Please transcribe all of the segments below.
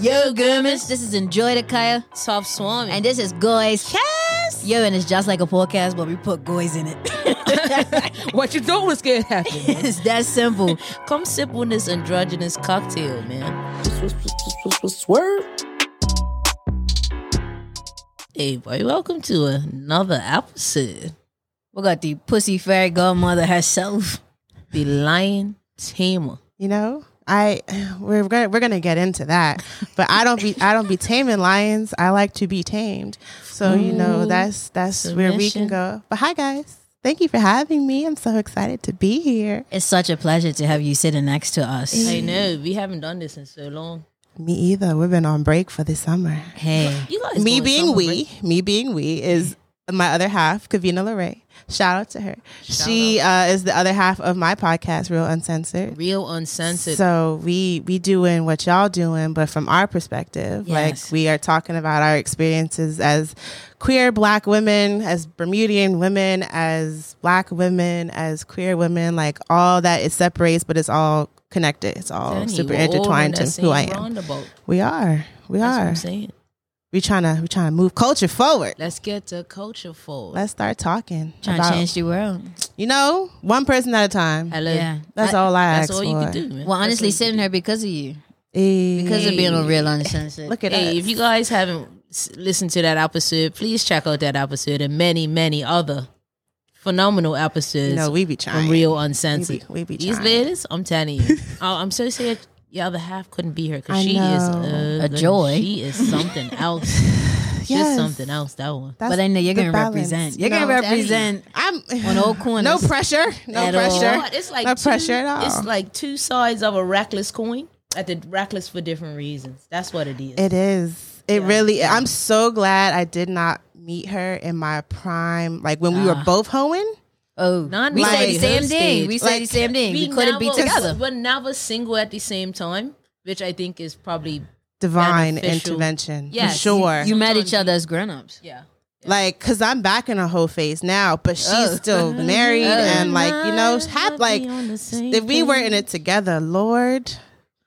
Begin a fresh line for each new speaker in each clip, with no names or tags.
Yo, Gurmish, this is Enjoy the Kaya,
Soft Swami.
and this is Goys Cast. Yo, and it's just like a podcast, but we put Goys in it.
what you don't was scared happen.
it's that simple.
Come sip on this androgynous cocktail, man.
Swerve.
Hey, boy, welcome to another episode.
We got the pussy fairy godmother herself.
The Lion Tamer.
you know i we're gonna we're gonna get into that but i don't be i don't be taming lions i like to be tamed so you know
Ooh,
that's that's where we
submission.
can go but hi guys thank you for having me i'm so excited to be here
It's such a pleasure to have you sitting next to us.
I know, we haven't done this in so long.
me either we've been on break for the summer
Hey,
You guys
me
going
being
somewhere,
we
right?
me being we is my other half kavina Lorray. shout out to her she uh, is the other half of my podcast real uncensored
Real uncensored.
So we we doing what y'all doing, but from our perspective,
Yes.
like we are talking about our experiences as queer Black women, as Bermudian women, as Black women, as queer women, like all that it separates, but it's all connected. It's all
Honey,
super
we're all in
intertwined
that
to
same
who I am.
Roundabout.
We are, we
That's what
are.
I'm saying.
We trying to we trying to move culture forward.
Let's get the culture forward.
Let's start talking
trying
about
to change the world.
you know one person at a time.
Hello.
Yeah.
That's
I-
all I
That's
ask for.
all you can do, man.
Well,
That's
honestly,
all you
sitting here because of you,
Eh,
because of being on Real Uncensored.
look at
Hey,
us.
eh, if you guys haven't s- listened to that episode, please check out that episode and many, many other phenomenal episodes
you know we be
from
trying.
Real Uncensored.
We be- we be
These
trying.
ladies, I'm telling you, I- I'm so sad your other half couldn't be here because
I
she is
know.
A joy.
She is something else. She's
Yes.
something else. That one.
That's
but I know you're
the
gonna
balance,
represent.
you
You're gonna
know?
represent.
I'm
On all corners.
No pressure. No
At all.
pressure.
What?
It's like
no
two-
pressure at all.
It's like two sides of a reckless coin. At the reckless for different reasons. That's what it is.
it is. It really. I'm so glad I did not meet her in my prime. Like when we were both hoeing.
Oh,
None
we say the
like-
same thing.
Stage.
We say the
Like,
same thing. We couldn't be
never-
together.
We're never single at the same time, which I think is probably
Divine
Beneficial.
intervention
Yes.
for sure.
You met each other as grown-ups.
yeah.
like, cause I'm back in a hoe phase now, but she's
Oh.
still married
Oh.
and like you know, have like if we were in it together, Lord,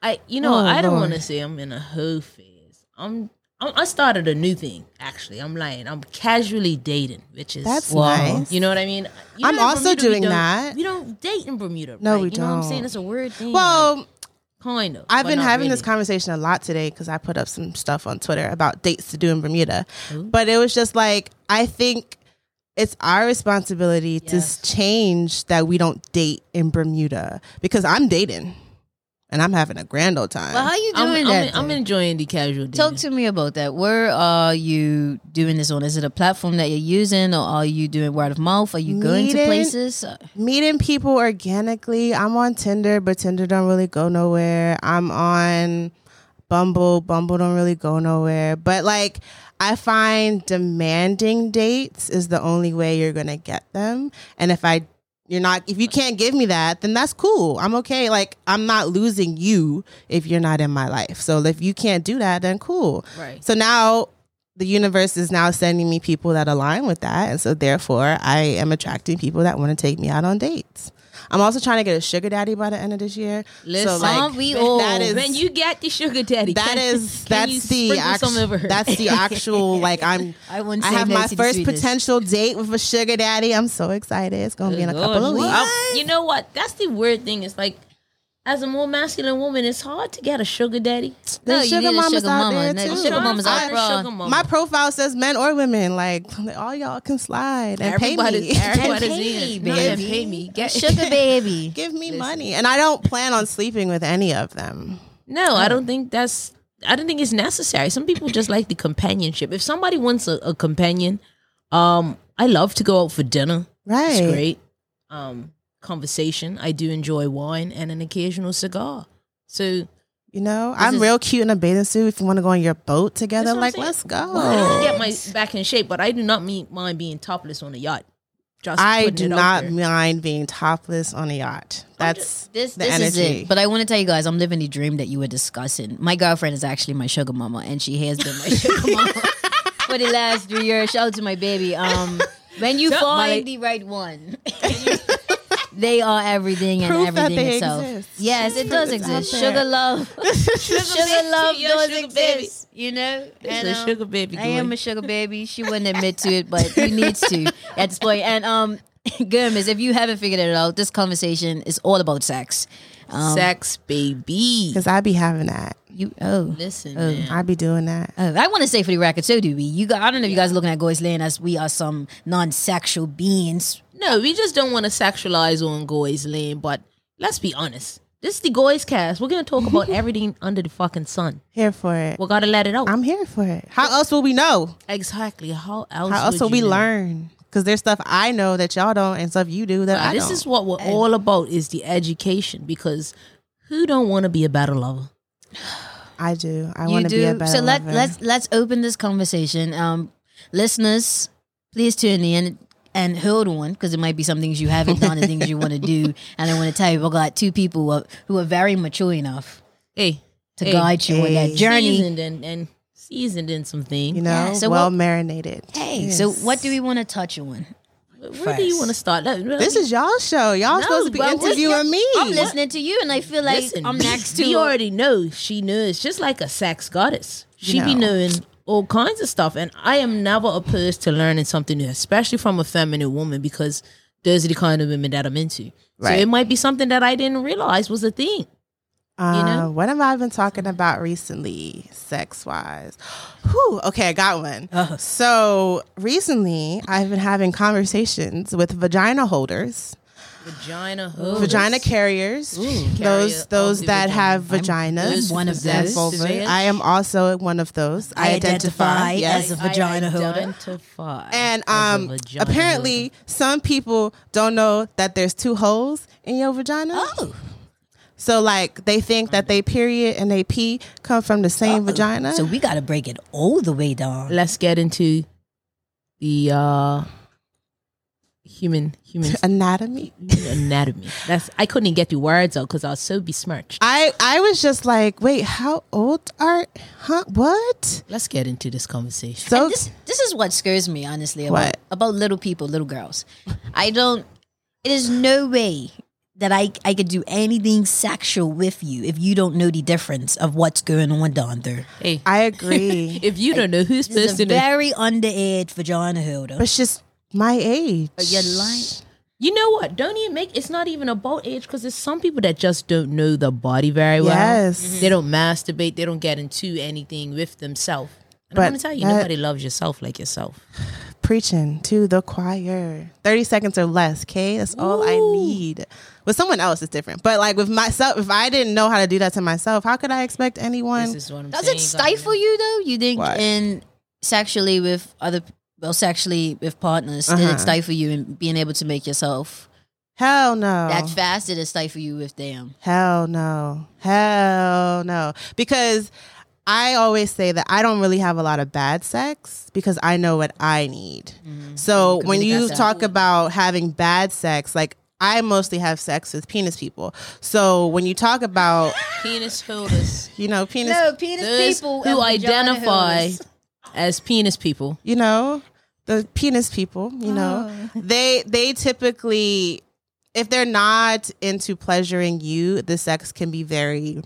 I you know
Oh,
I don't
Lord.
want to say I'm in a hoe phase. I'm, I'm I started a new thing actually. I'm lying. I'm casually dating, which is
that's
Wow.
nice.
you know what I mean. You
I'm
know, in
also
Bermuda, we
doing
don't-
that.
We don't date in Bermuda.
No,
right?
we
you know what I'm
don't.
saying it's a weird thing.
Well.
like, kind of.
I've
but
been
not
having this
really.
conversation a lot today because I put up some stuff on Twitter about dates to do in Bermuda. But it was just like, I think it's our responsibility to
Yes.
s- change that we don't date in Bermuda because I'm dating and I'm having a grand old time.
Well, how you
I'm,
doing
I'm,
that?
I'm
then?
enjoying the casual dating.
Talk to me about that. Where are you doing this on? Is it a platform that you're using, or are you doing word of mouth? Are you going to
Meeting.
places?
Meeting people organically. I'm on Tinder, but Tinder don't really go nowhere. I'm on Bumble. Bumble don't really go nowhere. But like, I find demanding dates is the only way you're gonna get them. And if I, you're not, if you can't give me that, then that's cool. I'm okay. Like, I'm not losing you if you're not in my life. So if you can't do that, then cool.
Right.
So now the universe is now sending me people that align with that. And so therefore, I am attracting people that want to take me out on dates. I'm also trying to get a sugar daddy by the end of this year. so
Listen,
like,
Aren't we all?
that is-
when Oh, you get the sugar daddy,
that
can-
is
can you
that's the
sprinkle some over
actual
her?
that's the actual like I'm
I wouldn't.
I
say
have
no
my
to the
first
sweetness.
potential date with a sugar daddy. I'm so excited. It's gonna be in a
Good
couple of
Lord.
weeks.
I- you know what? That's the weird thing. It's like, as a more masculine woman, it's hard to get a sugar daddy.
No,
There's
you need a sugar mama. No,
I'm
Sugar
trying to
mamas out
find a
broad.
sugar mama.
My profile says men or women. Like all y'all can slide and pay me.
Everybody's- everybody's
And pay
in.
me,
No, and
baby.
pay me. Get
Sugar baby.
Give me money, and I don't plan on sleeping with any of them.
No, I don't think that's. I don't think it's necessary. Some people just like the companionship. If somebody wants a, a companion, um, I love to go out for dinner.
Right.
It's great. Um, conversation. I do enjoy wine and an occasional cigar. So
You know, I'm
is-
real cute in a bathing suit. If you want to go on your boat together,
That's what I'm
like,
saying.
let's go.
I get my back in shape, but I do not mean, mind being topless on a yacht. Just
I
putting
do
it out
not
there.
mind being topless on a yacht. That's
This,
the
this
energy.
is it. But I want to tell you guys, I'm living the dream that you were discussing. My girlfriend is actually my sugar mama, and she has been my sugar mama for the last three years. Shout out to my baby. Um, when you
Don't
find
mind.
the right one, They are everything and
Proof that
everything
they
itself.
exist.
Yes, it does
Proof it's
exist.
out there.
Sugar love, sugar
baby,
love
you're
does
sugar baby.
exist. You know,
It's
And,
a
um,
sugar baby.
I am
going.
a sugar baby. She wouldn't admit to it, but she needs to at this point. And um, goodness, if you haven't figured it out, this conversation is all about sex. Um,
sex baby.
Because I be having that.
You oh.
Listen,
Oh.
man.
I be doing that.
Oh, I want to say for the record, so do we. You, got, I don't know if you guys are looking at Goy's Land as we are some non-sexual beings.
No, we just don't want to sexualize on Goy's lane, but let's be honest. This is the Goy's cast. We're going to talk about everything under the fucking sun.
Here for it.
We got to let it out.
I'm here for it. How else will we know?
exactly. How else?
How else
would
will we
you know?
learn? Because there's stuff I know that y'all don't, and stuff you do that
Uh,
I
this
don't.
is what we're all about is the education because who don't want to be a battle lover?
I do. I
you
want to be a better
so let
lover.
let's let's open this conversation. Um, listeners, please tune in and hold on because it might be some things you haven't done and things you want to do. And I want to tell you, we got two people who are, who are very mature enough
Hey,
to
hey,
guide you on that
Hey.
journey.
seasoned and, and seasoned in some
you
things.
know,
Yeah, so
well
what-
marinated.
Hey, so what do we want to touch on?
Where do you want to start? Let- let
This
me-
is y'all show. Y'all
No,
supposed to be
but we-
interviewing me.
I'm listening to you, and I feel like
listen.
I'm next to
we already know she knows, just like a sex goddess. She be
No.
knowing all kinds of stuff, and I am never opposed to learning something new, especially from a feminine woman, because those are the kind of women that I'm into.
Right.
So it might be something that I didn't realize was a thing.
Uh,
know?
What have I been talking about recently, sex wise? Whew, okay, I got one.
Uh-huh.
So recently, I've been having conversations with vagina holders,
Vagina,
vagina carriers,
Carrier
those
Oh,
those
of the
that have
I'm
vaginas.
one of
and
those.
vulvas. I am also one of those. I, identify,
as
yes.
a vagina holder.
Identify
And
as a
um,
vagina
apparently,
holder.
some people don't know that there's two holes in your vagina.
Oh,
So, like, they think that they period and they pee come from the same vagina.
so we got to break it all the way down.
let's get into the uh, human human
anatomy.
anatomy. That's I couldn't even get the words out because I was so besmirched.
I I was just like, wait, how old are? Huh? What?
Let's get into this conversation.
So
And this this is what scares me honestly about,
What?
about little people, little girls. I don't. It is no way that I I could do anything sexual with you if you don't know the difference of what's going on down there.
Hey,
I agree,
if you don't know who's
This is a
person, is-
very underage vagina holder.
but it's just my age.
But you're lying.
you know what? Don't even make. It's not even about age because there's some people that just don't know the body very well. Mm-hmm.
Yes. Mhm.
they don't masturbate. They don't get into anything with themselves. And
But
I'm gonna tell you,
that-
nobody loves yourself like yourself.
Preaching to the choir. Thirty seconds or less. Okay, that's all I need. With someone else, it's different. But like with myself, if I didn't know how to do that to myself, how could I expect anyone?
This is what I'm
Does
saying,
it stifle you though? You think
Why?
in sexually with other well sexually with partners did
Uh-huh.
it stifle you in being able to make yourself
Hell no.
that fast? Did it stifle you with them?
Hell no. Hell no. Because I always say that I don't really have a lot of bad sex because I know what I need.
Mm-hmm.
So when
communicate
you
that.
talk about having bad sex, like I mostly have sex with penis people. So when you talk about,
Penis holders.
you know, penis,
penis
Those who identify as penis people.
you know, the penis people, you know, they they typically if they're not into pleasuring you, the sex can be very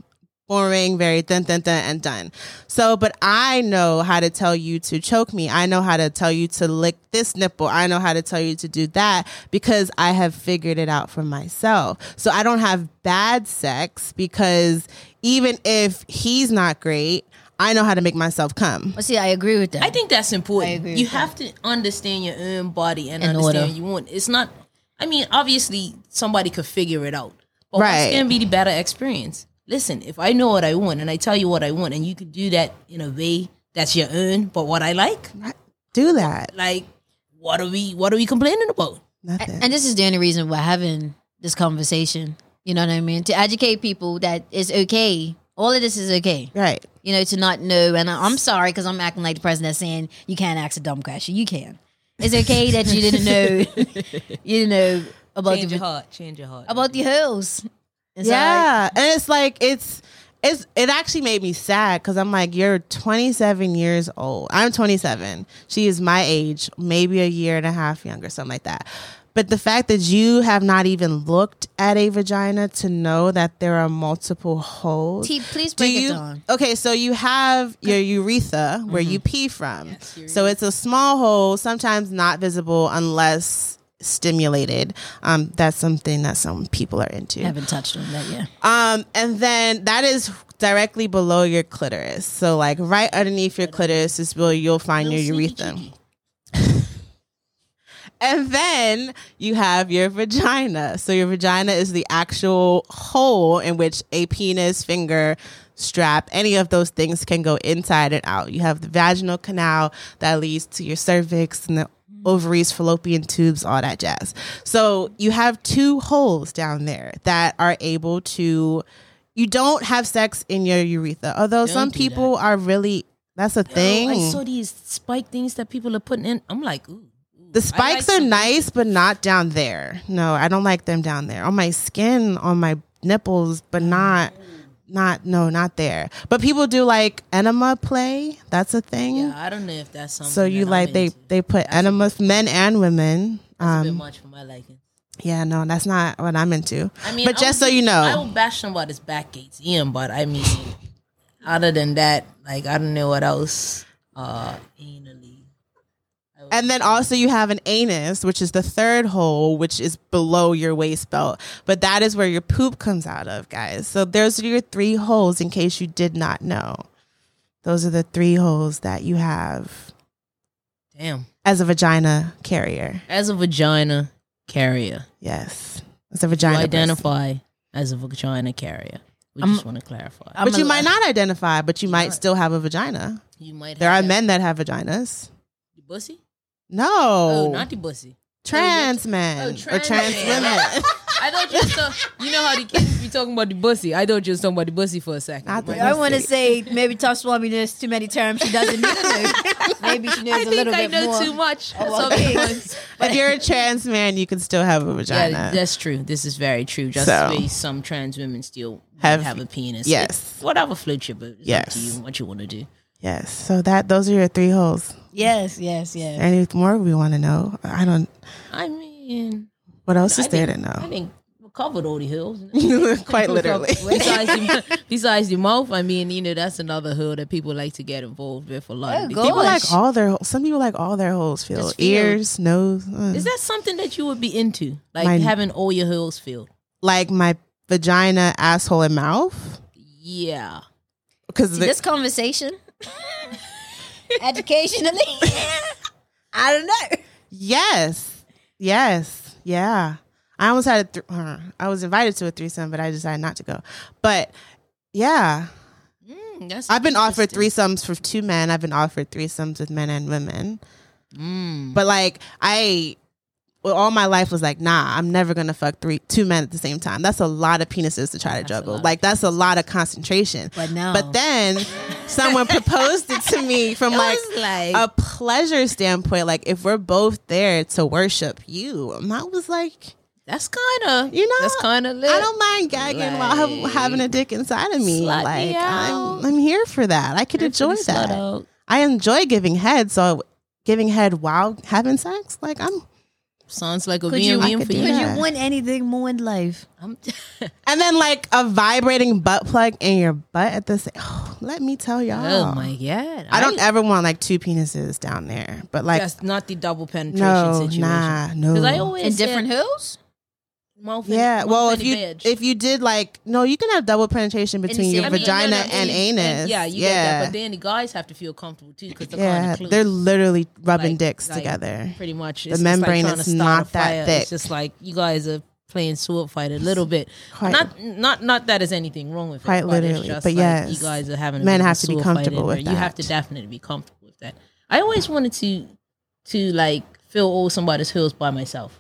boring, very dun dun dun and done. So, but I know how to tell you to choke me. I know how to tell you to lick this nipple. I know how to tell you to do that because I have figured it out for myself. So I don't have bad sex because even if he's not great, I know how to make myself come.
Well, see, I agree with that.
I think that's important.
I agree
you
with
have to understand your own body and
In
understand
order.
what you want. It's not. I mean, obviously, somebody could figure it out, but
Right.
it's gonna be the better experience. Listen, if I know what I want and I tell you what I want, and you can do that in a way that's your own, but what I like,
Do that.
like, what are we? What are we complaining about?
Nothing.
and this is the only reason we're having this conversation. You know what I mean? To educate people that it's okay. All of this is okay.
right.
You know, to not know. And I, I'm sorry because I'm acting like the person that's saying you can't ask a dumb question. You can. It's okay that you didn't know. you didn't know about
Change
the
your heart. Change your heart.
about the hills. It's like,
yeah, and it's like it's it's it actually made me sad because I'm like, you're 27 years old. I'm 27. She is my age, maybe a year and a half younger, something like that. But the fact that you have not even looked at a vagina to know that there are multiple holes.
T, please
Do
break
you,
it down. Mm-hmm.
Okay, so you have your urethra where you pee from. so it's a small hole, sometimes not visible unless stimulated. Um, that's something that some people are into.
haven't touched on that yet.
Um, and then that is directly below your clitoris. So like right underneath your clitoris is where you'll find your urethra. And then you have your vagina. So your vagina is the actual hole in which a penis, finger, strap, any of those things can go inside and out. You have the vaginal canal that leads to your cervix and the ovaries, fallopian tubes, all that jazz. So you have two holes down there that are able to you don't have sex in your urethra. Although some
do
people are really that's a thing.
I saw these spike things that people are putting in. I'm like, ooh. ooh.
The spikes
like
are
some-
nice, but not down there. No, I don't like them down there. On my skin, on my nipples, but not, not, no, not there. But people do like enema play. That's a thing.
Yeah, I don't know if that's something.
so you
that I'm
like they
into.
they put enema men and women.
That's a bit
Um,
much for my liking.
yeah, no, that's not what I'm into.
I mean,
but
I
just so
would-
you
I
know,
will bash somebody's back gates in, but I mean, other than that, like I don't know what else. Uh, anally.
and then also you have an anus, which is the third hole, which is below your waist belt. But that is where your poop comes out of, guys. So those are your three holes in case you did not know. Those are the three holes that you have
Damn,
as a vagina carrier.
as a vagina carrier,
Yes. As a
you
vagina. person.
identify as a vagina carrier. We just want to clarify.
I'm
But you
a-
might not identify, but you might still have a vagina.
you might
There are
have
men that have vaginas.
the bussy.
No.
Oh, not the bussy.
trans men
oh,
or
trans
trans
men.
women.
I thought you were talk- you know how the kids be talking about the bussy. I thought you were talking about the bussy for a second.
Not the
Like,
I want to say maybe Tosh Swami knows too many terms she doesn't need to know. Maybe she knows
I
a
think
little
I
bit
know
more.
too much.
about
So-
things.
if you're a trans man, you can still have a vagina.
Yeah, that's true. This is very true. Just
So-
the way some trans women still
Have-
have, a penis.
yes.
It's whatever floats your boat. It's up
Yes.
to you and what you want to do.
Yes. So that those are your three holes.
Yes, yes, yes.
Any more we want to know? I don't.
I mean,
What else is
I
there
think, I
to
think we covered all the hills.
know? Quite literally.
besides, the, besides the mouth, I mean, you know, that's another hill that people like to get involved with a lot.
Oh,
Because-
God.
People like
Gosh.
all their. holes. Some people like all their holes filled.
Just filled.
Ears, nose. uh.
Is that something that you would be into? Like
Mine-
having all your holes filled?
like my vagina, asshole, and mouth?
Yeah.
Because
This conversation, educationally, I don't know.
yes, yes, yeah. I almost had a. Th- uh, I was invited to a threesome, but I decided not to go. But yeah,
Mm, that's
I've been offered
interesting.
threesomes for two men. I've been offered threesomes with men and women.
Mm.
But like I well, all my life was like, nah, I'm never gonna fuck three two men at the same time. That's a lot of penises to try to
a
juggle.
lot of
Like that's a lot of concentration.
But now,
But then someone proposed it to me from like
was like-
a pleasure standpoint. Like if we're both there to worship you, and I was like,
That's kind of
You know,
That's kind of lit.
I don't mind gagging while I'm
Like,
having a dick inside of me.
slut me
Like
out.
I'm, I'm here for that. I could enjoy
Pretty
that.
slut out.
I enjoy giving head. So giving head while having sex, like I'm
Sounds like a
Could you-
VMVM
I
for
could do
you.
could
yeah.
you want anything more in life?
I'm- Oh
And then like a vibrating butt plug in your butt at the same. let me tell y'all.
oh my god!
I don't ever want like two penises down there, but like
That's not the double penetration
no,
situation.
nah, no.
Because I always
In
said
different hills?
mouth and-
yeah,
mouth
well, if
and
you
veg.
if you did like no, you can have double penetration
the
between
same-
your
I mean,
vagina
no, no,
and
you-
anus.
yeah, you get
yeah,
that. But then the guys have to feel comfortable too because they're
yeah,
kind of
they're literally rubbing
Like-
dicks
like-
together.
pretty much
the
it's just like
membrane
trying
is
to start a
not that
fire.
thick.
It's just like you guys are playing sword fight a little bit.
Quite-
not not not that there's anything wrong with
Quite
it. but it's
literally,
just
but
like
yes,
you guys are having a
men
bit of
have
a
to be
sword fight
comfortable
in
with
there. You have
that.
to definitely be comfortable with that. I always wanted to to like fill all somebody's heels by myself.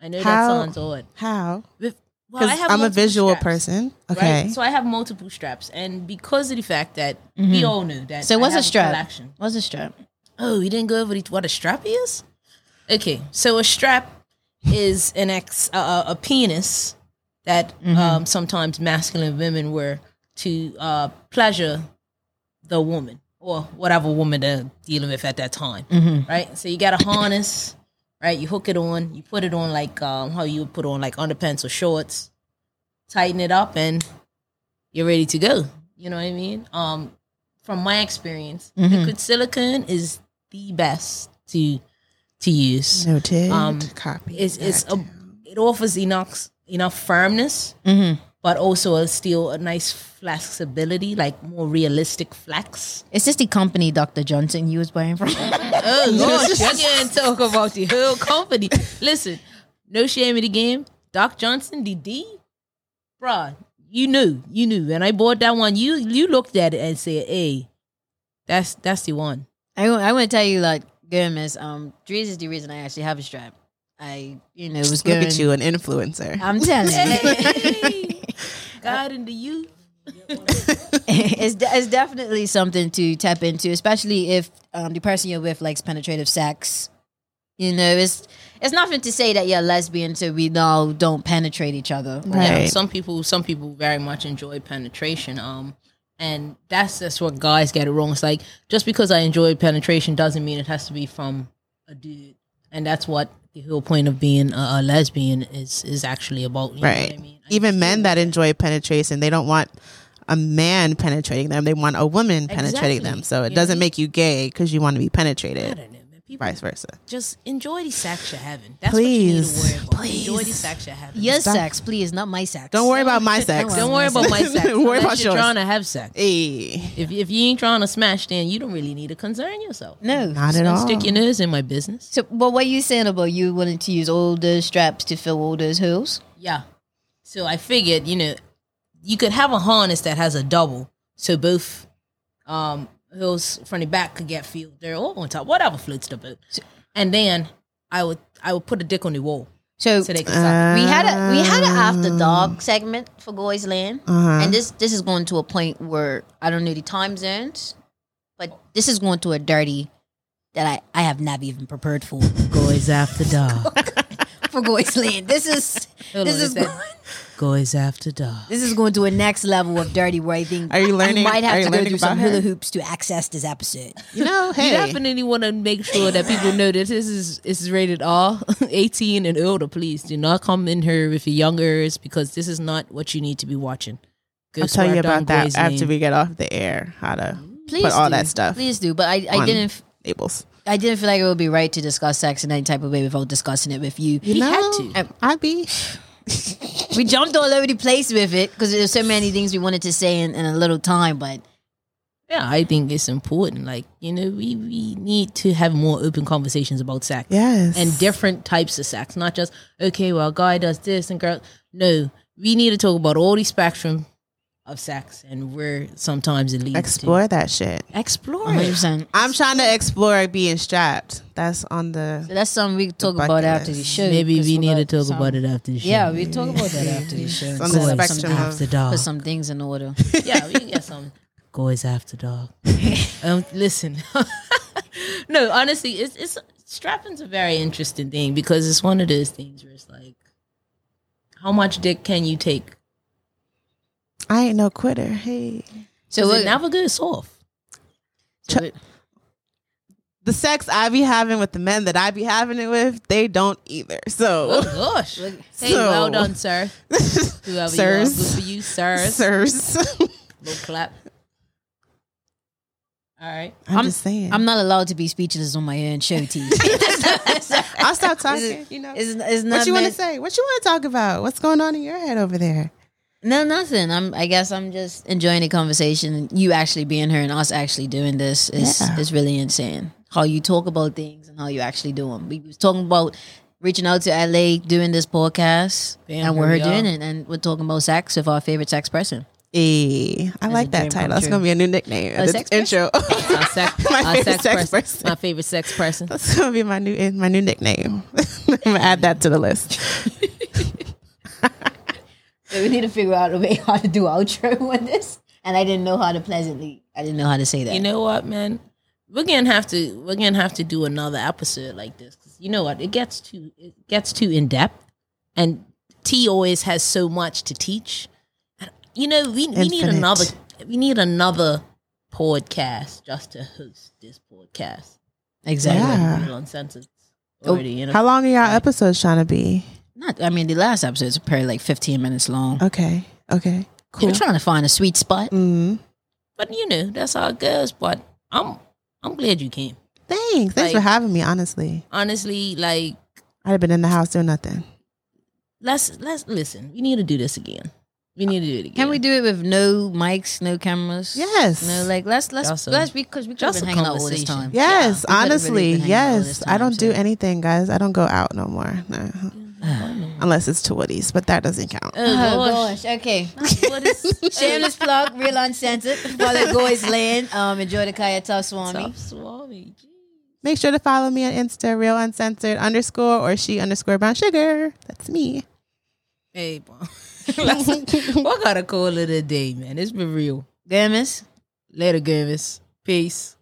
I know
How-
that sounds odd.
How?
With- well,
Because
I have
I'm a
multiple
visual
straps,
person.
Right?
Okay,
So I have multiple straps, and because of the fact that
Mm-hmm.
we all knew that.
So
I
what's a
have
strap?
collection.
What's a strap?
Oh, you didn't go over the, what a strap is? Okay, so a strap is an ex uh, a penis that um, sometimes masculine women wear to uh, pleasure the
Mm-hmm.
woman or whatever woman they're dealing with at that time, right? So you got a harness, right? You hook it on, you put it on like um, how you would put on like underpants or shorts, tighten it up, and you're ready to go. You know what I mean? Um, from my experience,
Mhm.
liquid silicone is the best to to use.
Noted.
Um,
Copy.
It's it's
that
a,
down.
it offers enough enough firmness,
Mm-hmm.
but also a still a nice flexibility, like more realistic flex.
Is this the company Dr. Johnson you was buying from?
Oh Lord, I can't talk about the whole company. Listen, no shame in the game. Doc Johnson, the D, bruh, you knew, you knew. When I bought that one, you you looked at it and said, "Hey, that's that's the one."
I, wa- I want to tell you, like, goodness, um, Drees is the reason I actually have a strap. I, you know, it was good.
Look at you, an influencer.
I'm telling you.
Hey, God into you.
it's, de- it's definitely something to tap into, especially if um, the person you're with likes penetrative sex. You know, it's it's nothing to say that you're lesbian, so we now don't penetrate each other.
Yeah,
Right.
some people some people very much enjoy penetration. Um, and that's that's what guys get it wrong. It's like just because I enjoy penetration doesn't mean it has to be from a dude. And that's what the whole point of being a, a lesbian is is actually about. You Know
Right.
what I mean, I
Even
feel
men that
like-
enjoy penetration, they don't want a man penetrating them. They want a woman penetrating them.
Exactly.
So it
You
doesn't
know?
make you gay because you want to be
I
penetrated.
don't know, man. People
Vice versa.
just enjoy the sex you're having. That's
Please.
what you need to worry about. Enjoy the
Please.
sex you're having.
Your
Stop.
sex, please, not my sex.
Don't worry about my sex.
worry
Don't worry about my sex.
Don't worry
unless
about
you're
yours.
trying to have sex.
Hey,
If if you ain't trying to smash, then you don't really need to concern yourself.
No.
not at
Don't
all.
stick your nose in my business.
So, but what you saying about you wanting to use all those straps to fill all those holes?
Yeah. So I figured, you know, you could have a harness that has a double, so both um hills from the back could get filled there or on top, whatever floats the boat. And then I would I would put a dick on the wall
So,
so they could.
Uh.
suck.
we had a we had an after
dog.
dog segment for Goys Land,
Um, Uh-huh.
and this this is going to a point where I don't know the time zones, but this is going to a dirty that I I have not even prepared for
Goys after dark.
for Goys Land. This is
Hold
this
on,
is
is that-
going,
Goys after dark.
this is going to a next level of dirty where I think
Are you learning?
I might
are
have
you
to go
learning
through some
about her?
hula hoops to access this episode.
You know,
You
hey,
definitely want to make sure that people know that this is this is rated R, eighteen and older. Please do not come in here with your youngers because this is not what you need to be watching. Go
I'll tell
swipe
you
down
about that
Goys
after
Lane.
we get off the air. How to
Please
put all
do.
that stuff
Please do, but I I
on
didn't
labels.
I didn't feel like it would be right to discuss sex in any type of way without discussing it with you.
You
He
know,
had to.
I- I'd be
We jumped all over the place with it because there's so many things we wanted to say in, in a little time, but
Yeah, I think it's important. Like, you know, we, we need to have more open conversations about sex
yes
and different types of sex, not just, okay, well, guy does this and girl. No, we need to talk about all the spectrum of sex and where sometimes it leads
explore that shit.
to. Explore. it.
100%.
I'm trying to explore being strapped. That's on the
So that's something we can talk
bucket
about after the
list.
show.
Maybe
'cause
we need to
got
talk
some-
about it after the show.
Yeah, we talk about that after the show.
on
and
the
set up
spectrum
some,
of-
after dark.
put some things in order.
yeah, we can get some goys after dark. um, listen, no, honestly, it's it's strapping's a very interesting thing because it's one of those things where it's like, how much dick can you take?
I ain't no quitter. Hey,
So
it
what,
never goes off.
so what-
the sex I be having with the men that I be having it with, they don't either. So,
Oh gosh! Hey,
So-
well done, sir. Whoever
Sirs.
you are, good for you, sirs.
sirs,
Little clap. All right.
I'm,
I'm-
just saying.
I'm not allowed to be speechless on my own show, T.
i will stop talking. You know,
It's, it's not
what you want to
meant-
say? What you want to talk about? What's going on in your head over there?
No, nothing. I'm. I guess I'm just enjoying the conversation. You actually being here and us actually doing this is
Yeah.
is really insane. How you talk about things and how you actually do them. We was talking about reaching out to LA, doing this podcast,
Bam,
and we're
here we
here doing
are.
it, and we're talking about sex with our favorite sex person.
Hey, I
a
like
dream come
that title. That's
true.
gonna be a new nickname.
A
The
sex
intro.
Our sex,
My
our
favorite
sex,
sex
person.
person.
My favorite sex person.
That's gonna be my new my new nickname. I'm gonna add that to the list.
we need to figure out a way how to do outro with this, and I didn't know how to pleasantly. I didn't know how to say that.
You know what, man? We're gonna have to we're gonna have to do another episode like this 'cause you know what? It gets too it gets too in depth, and T always has so much to teach. And, You know, we, we need
Infinite.
another we need another podcast just to host this podcast.
exactly.
Yeah. Oh,
Real Uncensored already. You know?
How long are y'all episodes trying to be?
Not, I mean, the last episode's probably like 15 minutes long.
Okay. Okay. Cool.
We're trying to find a sweet spot.
Mm.
But you know, that's how it goes. But I'm I'm glad you came.
Thanks. Thanks for
Like-
having me, honestly.
Honestly, like
I'd have been in the house doing nothing.
let's let's listen. We need to do this again. We need to do it again.
Can we do it with no mics, no cameras?
Yes.
No, like let's let's
Just a-
let's because we could
just
been
a
hanging out all this
conversation.
time.
Yes,
Yeah. We could've really
honestly.
been hanging out all
yes.
this
I
time,
don't
so-
do anything, guys. I don't go out no more. No. Unless it's to Woody's, but that doesn't count.
Oh,
Oh
gosh.
gosh. Okay.
What is
Shameless plug, real uncensored. Follow Goys Land. Um, enjoy the Kaya Tough Swami.
Top Swami.
Make sure to follow me on Insta, real uncensored underscore or she underscore brown sugar. That's me.
Hey, bro. what gotta call it a day, man? It's been real.
Gamis.
Later, Gavis. Peace.